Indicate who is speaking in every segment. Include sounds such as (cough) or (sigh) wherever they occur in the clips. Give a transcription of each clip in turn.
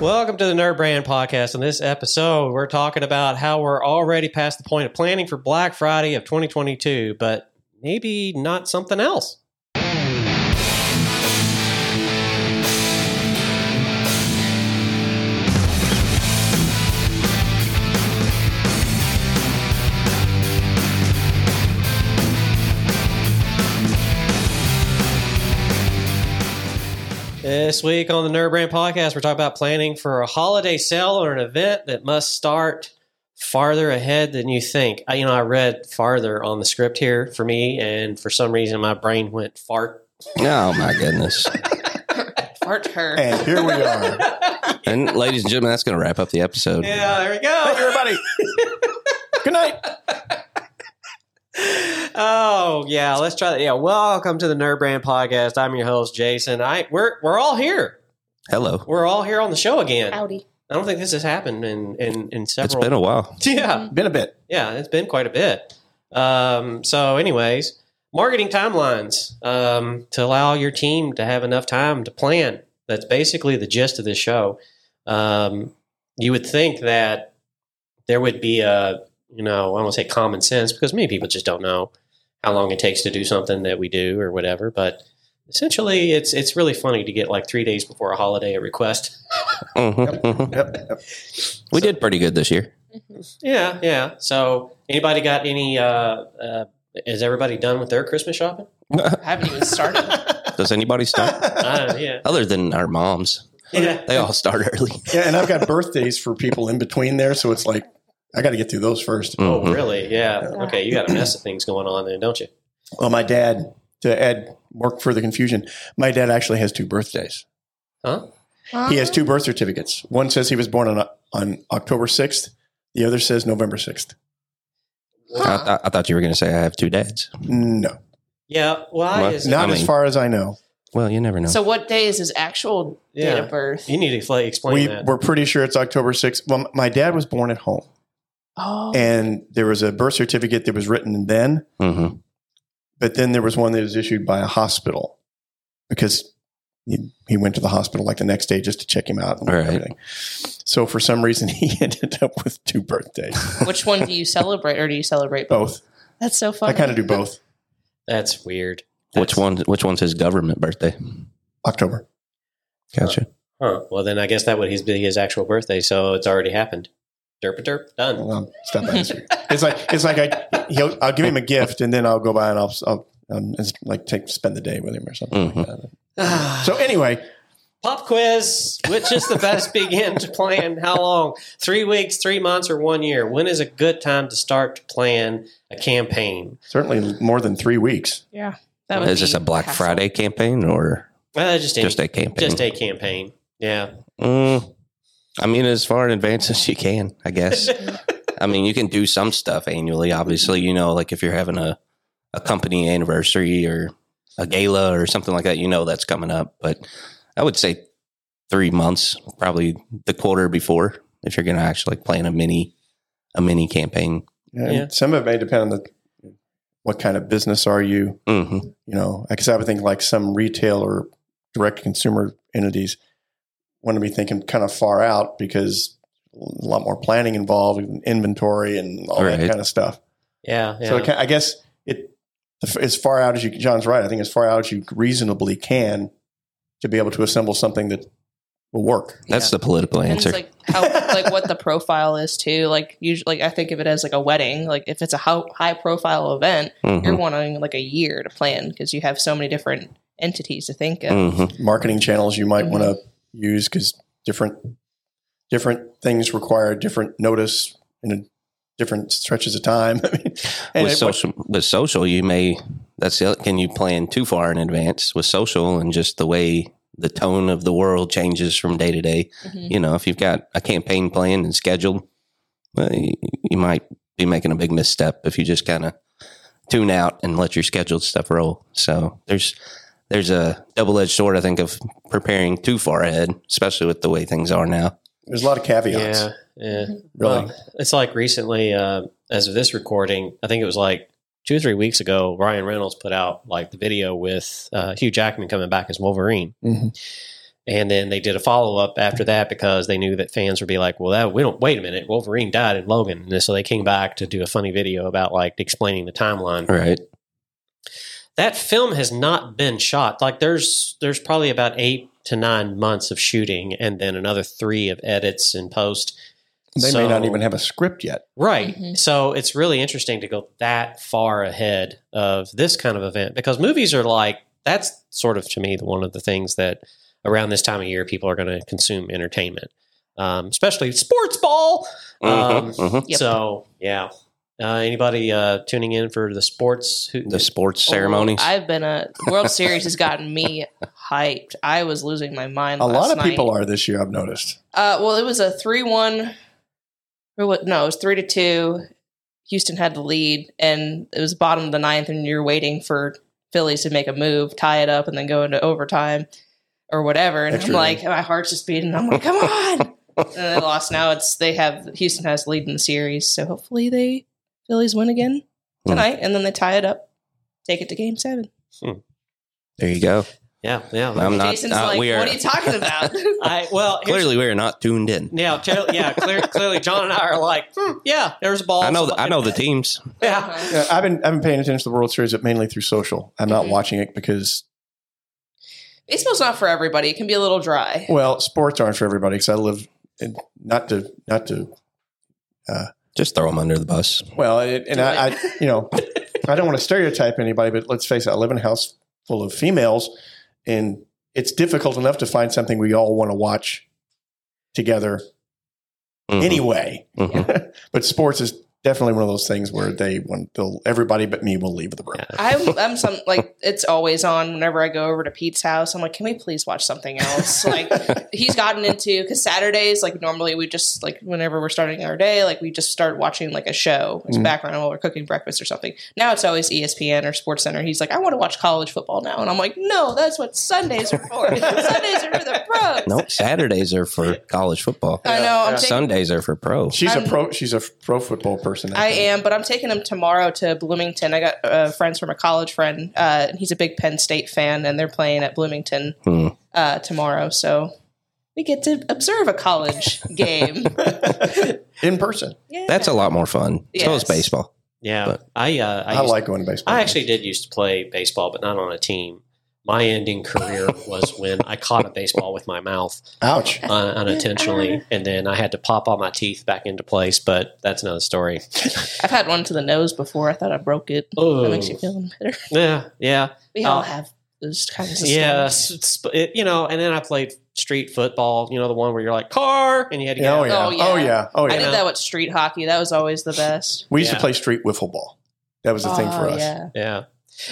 Speaker 1: Welcome to the Nerd Brand Podcast. In this episode, we're talking about how we're already past the point of planning for Black Friday of 2022, but maybe not something else. This week on the Nerd Brand Podcast, we're talking about planning for a holiday sale or an event that must start farther ahead than you think. I, you know, I read farther on the script here for me, and for some reason, my brain went fart.
Speaker 2: Oh my goodness!
Speaker 3: Fart her.
Speaker 4: And here we (laughs) are.
Speaker 2: And ladies and gentlemen, that's going to wrap up the episode.
Speaker 1: Yeah, there we
Speaker 4: Thank you,
Speaker 1: go.
Speaker 4: everybody. Good night.
Speaker 1: Oh yeah, let's try that. Yeah, welcome to the Nerd Brand Podcast. I'm your host Jason. I we're we're all here.
Speaker 2: Hello.
Speaker 1: We're all here on the show again. I
Speaker 3: Howdy.
Speaker 1: don't think this has happened in in in
Speaker 2: It's
Speaker 1: several.
Speaker 2: been a while.
Speaker 1: (laughs) yeah.
Speaker 4: Been a bit.
Speaker 1: yeah, it's been quite a bit. Um, so, anyways, marketing timelines um, to allow your team to have enough time to plan. That's basically the gist of this show. Um, you would think that there would be a, you know, I won't say common sense because many people just don't know how long it takes to do something that we do or whatever. But essentially, it's it's really funny to get like three days before a holiday a request.
Speaker 2: Mhm, mhm.
Speaker 4: Yep. yep.
Speaker 2: We did pretty good this year.
Speaker 1: Yeah, yeah. So, anybody got any? Uh, uh, is everybody done with their Christmas shopping?
Speaker 3: I haven't even started.
Speaker 2: Does anybody stop?
Speaker 1: (laughs) Uh, yeah,
Speaker 2: Other than our moms,
Speaker 1: yeah.
Speaker 2: they all start early.
Speaker 4: Yeah, and I've got birthdays for people in between there, so it's like I got to get through those first.
Speaker 1: Oh,
Speaker 2: Mhm.
Speaker 1: really? Yeah. Okay, you got a mess of things going on then, don't you?
Speaker 4: Well, my dad, to add more further confusion, my dad actually has two birthdays.
Speaker 1: Huh?
Speaker 4: He has two birth certificates. One says he was born on on October sixth. The other says November sixth.
Speaker 2: Mm-hmm. I, thought- I thought you were going to say I have two dads.
Speaker 4: No,
Speaker 1: Yeah. Why
Speaker 2: What?
Speaker 1: is
Speaker 4: not
Speaker 2: I
Speaker 4: as
Speaker 2: mean-
Speaker 4: far as I know.
Speaker 2: Well, you never know.
Speaker 3: So what day is his actual date
Speaker 1: Yeah.
Speaker 3: of birth?
Speaker 1: you need to like, explain
Speaker 4: We
Speaker 1: that?
Speaker 4: we're pretty sure it's October sixth. Well, my dad was born at home,
Speaker 3: Oh,
Speaker 4: and there was a birth certificate that was written then,
Speaker 2: hmm
Speaker 4: but then there was one that was issued by a hospital because he, he went to the hospital like the next day just to check him out and
Speaker 2: All right.
Speaker 4: everything. So for some reason, (laughs) he ended up with two birthdays.
Speaker 3: which one do you celebrate, or do you celebrate both?
Speaker 4: (laughs) Both.
Speaker 3: That's so funny.
Speaker 4: I kind of do both.
Speaker 1: That's weird.
Speaker 2: Which
Speaker 1: That's-
Speaker 2: one? Which one's his government birthday?
Speaker 4: October.
Speaker 2: Gotcha.
Speaker 1: Huh. Well, then I guess that would his- be his actual birthday, so it's already happened. Derp a derp, done.
Speaker 4: Um, stop by this year. It's like it's like I he'll, I'll give him a gift and then I'll go by and I'll I'll, um, just, like take spend the day with him or something. Like
Speaker 2: Mm-hmm.
Speaker 4: that.
Speaker 1: so,
Speaker 4: So anyway,
Speaker 1: pop quiz: Which is the best begin to plan? How long? Three weeks, three months, or one year? When is a good time to start to plan a campaign?
Speaker 4: certainly more than three weeks.
Speaker 3: yeah.
Speaker 2: Is this
Speaker 3: be
Speaker 2: a Black
Speaker 3: hassle.
Speaker 2: Friday campaign or
Speaker 1: Uh, just any,
Speaker 2: just a campaign?
Speaker 1: just a campaign. Yeah.
Speaker 2: Mm, I mean, as far in advance as you can, I
Speaker 3: (laughs)
Speaker 2: guess. I mean, you can do some stuff annually. Obviously, you know, like if you're having a, a company anniversary or a gala or something like that, you know that's coming up. But I would say three months, probably the quarter before, if you're going to actually plan a mini a mini campaign.
Speaker 4: And
Speaker 1: Yeah.
Speaker 4: Some of it may depend on the what kind of business are you.
Speaker 2: hmm
Speaker 4: you know, because I would think like some retail or direct consumer entities want to be thinking kind of far out because a lot more planning involved and inventory and all that
Speaker 2: Right.
Speaker 4: kind of stuff.
Speaker 1: Yeah. yeah.
Speaker 4: So it, ki- I guess it as far out as you. John's right. I think as far out as you reasonably can to be able to assemble something that will work.
Speaker 2: That's the political
Speaker 3: And it's
Speaker 2: answer.
Speaker 3: like how, like what the profile is too. Like usually, like I think of it as like a wedding. Like if it's a ho- high profile event,
Speaker 2: Mhm.
Speaker 3: you're wanting like a year to plan because you have so many different entities to think of.
Speaker 2: Mhm.
Speaker 4: Marketing channels you might want to use because different different things require different notice and a different stretches of time. (laughs) I mean, and
Speaker 2: With
Speaker 4: it- what-
Speaker 2: social, with social, you may that's the other- can you plan too far in advance with social and just the way the tone of the world changes from day to day.
Speaker 3: Mhm.
Speaker 2: you know, if you've got a campaign planned and scheduled, well, you, you might be making a big misstep if you just kind of tune out and let your scheduled stuff roll. So there's there's a double edged sword, I think, of preparing too far ahead, especially with the way things are now.
Speaker 4: There's a lot of caveats.
Speaker 1: yeah. Yeah.
Speaker 4: Really.
Speaker 1: Well, it's like recently, uh, as of this recording, I think it was like two or three weeks ago,
Speaker 4: Mm-hmm.
Speaker 1: Ryan Reynolds put out like the video with uh, Hugh Jackman coming back as Wolverine. And then they did a follow up after that because they knew that fans would be like, "Well, that we don't wait a minute. Wolverine died in Logan," and so they came back to do a funny video about like explaining the timeline.
Speaker 2: Right.
Speaker 1: That film has not been shot. Like there's there's probably about eight to nine months of shooting, and then another three of edits and post.
Speaker 4: They may
Speaker 1: So-
Speaker 4: not even have a script yet.
Speaker 1: Right.
Speaker 3: Mhm.
Speaker 1: So it's really interesting to go that far ahead of this kind of event because movies are like that's sort of to me the one of the things that around this time of year people are going to consume entertainment, um, especially sports ball. Um,
Speaker 2: Mhm, mhm.
Speaker 3: Yep.
Speaker 1: So yeah, uh, anybody uh, tuning in for the sports? Who,
Speaker 2: The sports ceremonies.
Speaker 3: Oh, I've been a World Series has gotten me hyped. I was losing my mind.
Speaker 4: A lot
Speaker 3: last
Speaker 4: of people
Speaker 3: night.
Speaker 4: are this year, I've noticed.
Speaker 3: Uh, well, it was a three-one. Or what? No, it was three to two. Houston had the lead, and it was bottom of the ninth, and you're waiting for Phillies to make a move, tie it up, and then go into overtime or whatever. And
Speaker 4: Extra
Speaker 3: I'm like, my heart's just beating. I'm
Speaker 2: (laughs)
Speaker 3: like, come on! and they lost. Now it's they have Houston has the lead in the series, so hopefully they Phillies win again
Speaker 2: Hmm.
Speaker 3: tonight, and then they tie it up, take it to Game Seven.
Speaker 2: there you go.
Speaker 1: yeah, yeah.
Speaker 2: I'm not.
Speaker 3: Jason's
Speaker 2: uh,
Speaker 3: like,
Speaker 2: we are
Speaker 3: what are you
Speaker 2: (laughs)
Speaker 3: talking about? (laughs)
Speaker 1: I, well, here's-
Speaker 2: clearly we are not tuned in.
Speaker 1: Now, tell- yeah, clear, clearly, John and I are like, hmm, yeah, there's a ball.
Speaker 2: I know. The, I know the teams.
Speaker 1: Yeah,
Speaker 4: Yeah, I've been I've been paying attention to the World Series, but mainly through social. I'm not
Speaker 3: Mhm.
Speaker 4: watching it because
Speaker 3: Baseball's not for everybody. It can be a little dry.
Speaker 4: well, sports aren't for everybody. Because I live in, not to not to
Speaker 2: Just throw them under the bus.
Speaker 4: well, it, and
Speaker 3: Do
Speaker 4: I,
Speaker 3: it.
Speaker 4: I you know I don't want to stereotype anybody, but let's face it, I live in a house full of females, and it's difficult enough to find something we all want to watch together
Speaker 3: Mm-hmm.
Speaker 2: Mhm,
Speaker 4: anyway.
Speaker 2: mhm.
Speaker 4: But sports is definitely one of those things where they want they'll, everybody but me will leave the room.
Speaker 3: I'm, I'm some like it's always on. Whenever I go over to Pete's house, I'm like, can we please watch something else? Like he's gotten into because Saturdays, like normally we just like whenever we're starting our day, like we just start watching like a show as
Speaker 4: Mhm.
Speaker 3: background while we're cooking breakfast or something. Now it's always E ESPN or Sports Center. He's like, I want to watch college football now, and I'm like, no, that's what Sundays are for. Sundays are for the pros.
Speaker 2: No, Saturdays are
Speaker 4: (laughs)
Speaker 2: for college football.
Speaker 3: I know. I'm taking
Speaker 2: Sundays are for pro.
Speaker 4: She's
Speaker 3: I'm-
Speaker 4: a pro. She's a pro football person.
Speaker 3: I
Speaker 4: think.
Speaker 3: am, but I'm taking him tomorrow to Bloomington. I got uh, friends from a college friend. Uh, and he's a big Penn State fan, and they're playing at Bloomington
Speaker 2: Hmm.
Speaker 3: uh, tomorrow. So we get to observe a college game.
Speaker 4: (laughs) in person.
Speaker 3: Yeah.
Speaker 2: That's a lot more fun. So is
Speaker 3: Yes.
Speaker 2: baseball.
Speaker 1: yeah.
Speaker 2: But-
Speaker 1: I, uh, I,
Speaker 4: I,
Speaker 1: used
Speaker 4: like going to baseball.
Speaker 1: I actually did used to play baseball, but not on a team. My ending career was when I caught a baseball with my mouth
Speaker 4: Ouch.
Speaker 1: un- unintentionally, and then I had to pop all my teeth back into place. But that's another story.
Speaker 3: I've had one to the nose before. I thought I broke it.
Speaker 1: Oh,
Speaker 3: That makes you feel better.
Speaker 1: yeah, yeah,
Speaker 3: We
Speaker 1: Oh.
Speaker 3: all have those kinds of
Speaker 1: yeah.
Speaker 3: stories.
Speaker 1: s- s- but it- you know, and then I played street football. You know, the one where you're like car, and you had to get.
Speaker 4: Yeah, oh,
Speaker 1: out.
Speaker 4: yeah.
Speaker 3: Oh,
Speaker 4: oh
Speaker 3: yeah.
Speaker 4: yeah. Oh yeah.
Speaker 3: I did that with street hockey. That was always the best.
Speaker 4: we used
Speaker 1: Yeah.
Speaker 4: to play street wiffle ball. That was the thing for
Speaker 3: Oh,
Speaker 4: us.
Speaker 3: Yeah.
Speaker 1: Yeah.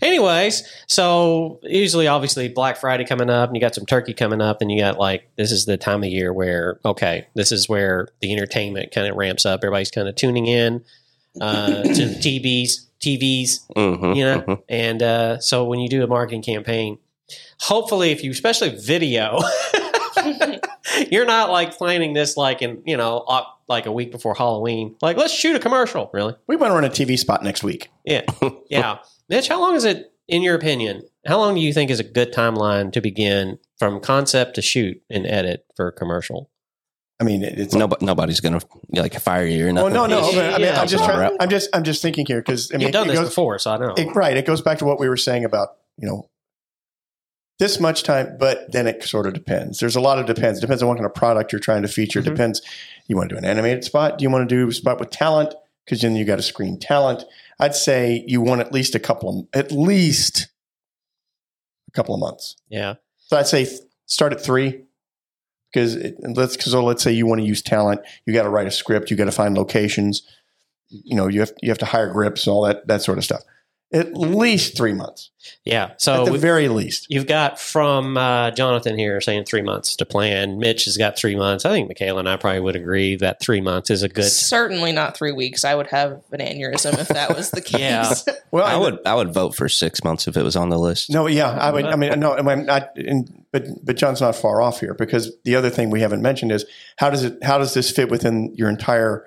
Speaker 1: Anyways, so usually, obviously, Black Friday coming up, and you got some turkey coming up, and you got like this is the time of year where okay, this is where the entertainment kind of ramps up. Everybody's kind of tuning in uh, to the TVs, TVs,
Speaker 4: Mm-hmm,
Speaker 2: Mhm,
Speaker 1: You know?
Speaker 2: mhm.
Speaker 1: and uh, so when you do a marketing campaign, hopefully, if you especially video, (laughs) you're not like planning this like in you know op- like a week before Halloween. Like let's shoot a commercial, really.
Speaker 4: We want to run a TV spot next week.
Speaker 1: Yeah. Mitch, how long is it, in your opinion, how long do you think is a good timeline to begin from concept to shoot and edit for a commercial?
Speaker 4: I mean, it- it's
Speaker 2: Nobo- nobody's gonna like fire you or
Speaker 4: Oh
Speaker 2: nothing.
Speaker 4: no, no. I mean, I
Speaker 1: Yeah.
Speaker 4: am just
Speaker 2: Wrap.
Speaker 4: trying, I'm just I'm just thinking here because I mean,
Speaker 1: You've done
Speaker 4: it
Speaker 1: this
Speaker 4: goes-
Speaker 1: before, so I know.
Speaker 4: it- right. It goes back to what we were saying about you know this much time, but then it sort of depends. There's a lot of depends. Depends on what kind of product you're trying to feature.
Speaker 1: Mhm.
Speaker 4: Depends. You want to do an animated spot? Do you want to do a spot with talent? Because then you got to screen talent. I'd say you want at least a couple of at least a couple of months.
Speaker 1: yeah.
Speaker 4: So I'd say th- start at three because it, and let's because so let's say you want to use talent, you got to write a script, you got to find locations, you know, you have you have to hire grips, all that that sort of stuff. At least three months,
Speaker 1: Yeah.
Speaker 4: at
Speaker 2: Oh,
Speaker 1: So
Speaker 4: the
Speaker 1: we-
Speaker 4: very least.
Speaker 1: you've got from uh, Jonathan here saying three months to plan. Mitch has got three months. I think Michaela and I probably would agree that three months is a good.
Speaker 3: Certainly not three weeks. I would have an aneurysm if that was the case.
Speaker 1: (laughs) Yeah.
Speaker 4: Well,
Speaker 2: I would I would vote for six months if it was on the list.
Speaker 4: No, yeah, I would. I mean, no, I mean, I, and, but but John's not far off here because the other thing we haven't mentioned is how does it how does this fit within your entire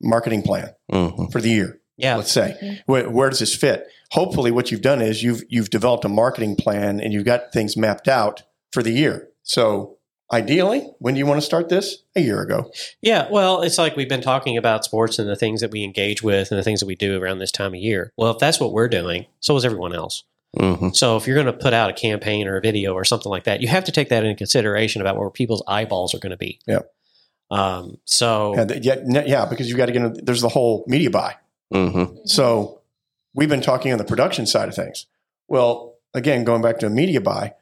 Speaker 4: marketing plan
Speaker 2: Mhm.
Speaker 4: for the year?
Speaker 1: Yeah.
Speaker 4: let's
Speaker 3: (laughs)
Speaker 4: say where, where does this fit hopefully what you've done is you've you've developed a marketing plan and you've got things mapped out for the year So ideally, when do you want to start this? A year ago.
Speaker 1: Yeah, well, it's like we've been talking about sports and the things that we engage with and the things that we do around this time of year. Well, if that's what we're doing, so is everyone else.
Speaker 2: hmm
Speaker 1: So if you're going to put out a campaign or a video or something like that, you have to take that into consideration about where people's eyeballs are going to be.
Speaker 4: Yeah.
Speaker 1: Um, so
Speaker 4: Yeah, that- yeah, yeah, because you got to get. in- There's the whole media buy.
Speaker 2: hmm
Speaker 3: (laughs)
Speaker 4: So we've been talking on the production side of things. Well, again, going back to a media buy,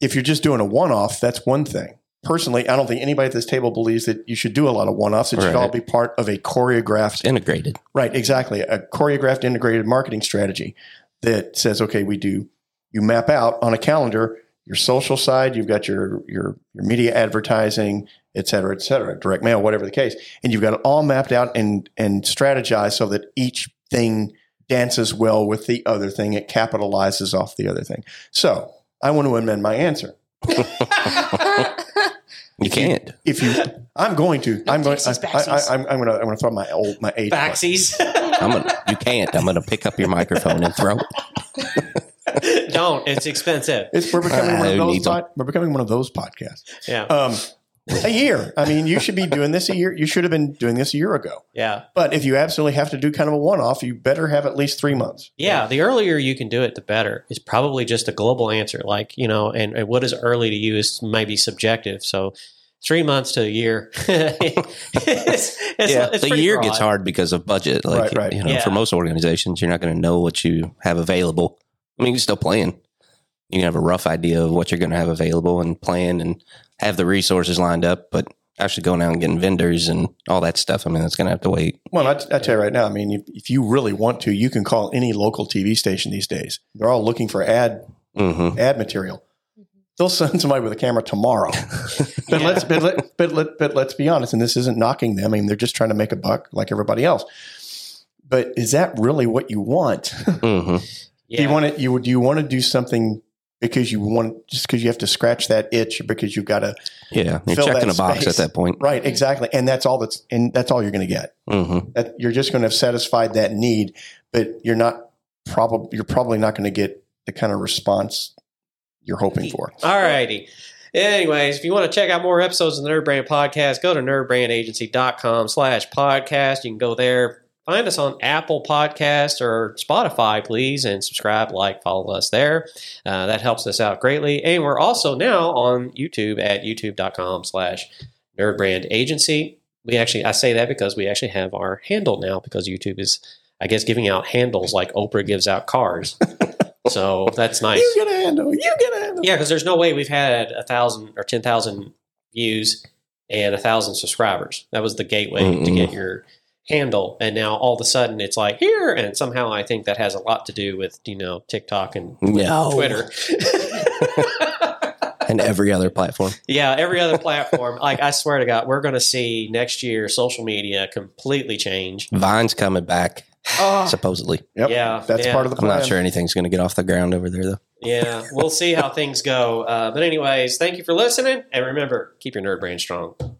Speaker 4: if you're just doing a one off, that's one thing. Personally, I don't think anybody at this table believes that you should do a lot of one offs. It should
Speaker 2: Right.
Speaker 4: all be part of a choreographed
Speaker 2: It's integrated.
Speaker 4: Right, exactly. A choreographed integrated marketing strategy that says, okay, we do you map out on a calendar your social side, you've got your your your media advertising, et cetera, et cetera, direct mail, whatever the case. And you've got it all mapped out and and strategized so that each thing dances well with the other thing. It capitalizes off the other thing. So I want to amend my answer.
Speaker 2: You can't.
Speaker 4: If you, I'm going to, I'm going, I,
Speaker 3: Texas
Speaker 4: I,
Speaker 3: backsies.
Speaker 4: I'm, I'm going to, I'm going to throw my old, my age. away.
Speaker 1: Backsies.
Speaker 2: I'm gonna. You can't. I'm gonna pick up your microphone and throw
Speaker 1: (laughs)
Speaker 2: it.
Speaker 1: Don't. It's expensive.
Speaker 4: It's we're becoming one
Speaker 2: Ah,
Speaker 4: of
Speaker 2: who
Speaker 4: those.
Speaker 2: needs 'em?
Speaker 4: Pod, we're becoming one of those podcasts.
Speaker 1: Yeah.
Speaker 4: Um, a year. I mean, you should be doing this a year. You should have been doing this a year ago.
Speaker 1: Yeah.
Speaker 4: But if you absolutely have to do kind of a one-off, you better have at least three months.
Speaker 1: Yeah. The earlier you can do it, the better. It's probably just a global answer. Like, you know, and, and what is early to you is maybe subjective. So three months to a year. (laughs) it's, it's,
Speaker 2: yeah,
Speaker 1: it's
Speaker 2: the
Speaker 1: pretty
Speaker 2: year
Speaker 1: broad.
Speaker 2: gets hard because of budget. Like
Speaker 4: Right, right.
Speaker 2: you know,
Speaker 1: Yeah.
Speaker 2: for most organizations, you're not going to know what you have available. I mean, you're still plan. You can have a rough idea of what you're going to have available and plan and have the resources lined up, but actually going out and getting vendors and all that stuff. I mean, it's going to have to wait.
Speaker 4: Well, I, I tell you right now. I mean, if, if you really want to, you can call any local TV station these days. They're all looking for ad
Speaker 2: hmm
Speaker 4: ad material. They'll send somebody with a camera tomorrow. But let's but, let, but let but let's be honest, and this isn't knocking them. I mean, they're just trying to make a buck like everybody else. But is that really what you want?
Speaker 2: hmm
Speaker 1: Yeah.
Speaker 4: Do you want to you do you want to do something because you want just because you have to scratch that itch or because you've got to
Speaker 2: Yeah, you're
Speaker 4: Fill
Speaker 2: checking
Speaker 4: that
Speaker 2: a box
Speaker 4: space.
Speaker 2: at that point.
Speaker 4: right exactly and that's all that's and that's all you're going to get
Speaker 2: hmm
Speaker 4: that you're just going to have satisfied that need but you're not probably you're probably not going to get the kind of response you're hoping for
Speaker 1: (laughs) All righty. Anyways, if you want to check out more episodes of the Nerd Brand Podcast, go to nerdbrandagency.com slash podcast. You can go there. Find us on Apple Podcasts or Spotify, please, and subscribe, like, follow us there. Uh, that helps us out greatly. And we're also now on YouTube at youtube.com slash nerdbrandagency. We actually, I say that because we actually have our handle now because YouTube is, I guess, giving out handles like Oprah gives out cars. so that's nice.
Speaker 4: you get a handle you get a handle
Speaker 1: Yeah, because there's no way we've had a thousand or ten thousand views and a thousand subscribers. That was the gateway to
Speaker 2: Mm-mm.
Speaker 1: get your handle, and now all of a sudden it's like here, and somehow I think that has a lot to do with you know TikTok and
Speaker 2: No,
Speaker 1: Twitter. (laughs)
Speaker 2: and every other platform.
Speaker 1: yeah, every other platform. like I swear to God, we're going to see next year social media completely change.
Speaker 2: Vine's coming back
Speaker 1: Ah.
Speaker 3: oh,
Speaker 2: supposedly.
Speaker 4: yep
Speaker 1: Yeah,
Speaker 4: that's
Speaker 1: yeah.
Speaker 4: part of the
Speaker 2: I'm
Speaker 4: plan
Speaker 2: not sure anything's going to get off the ground over there though.
Speaker 1: Yeah, we'll see how things go. Uh, but anyways, thank you for listening, and remember, keep your nerd brain strong.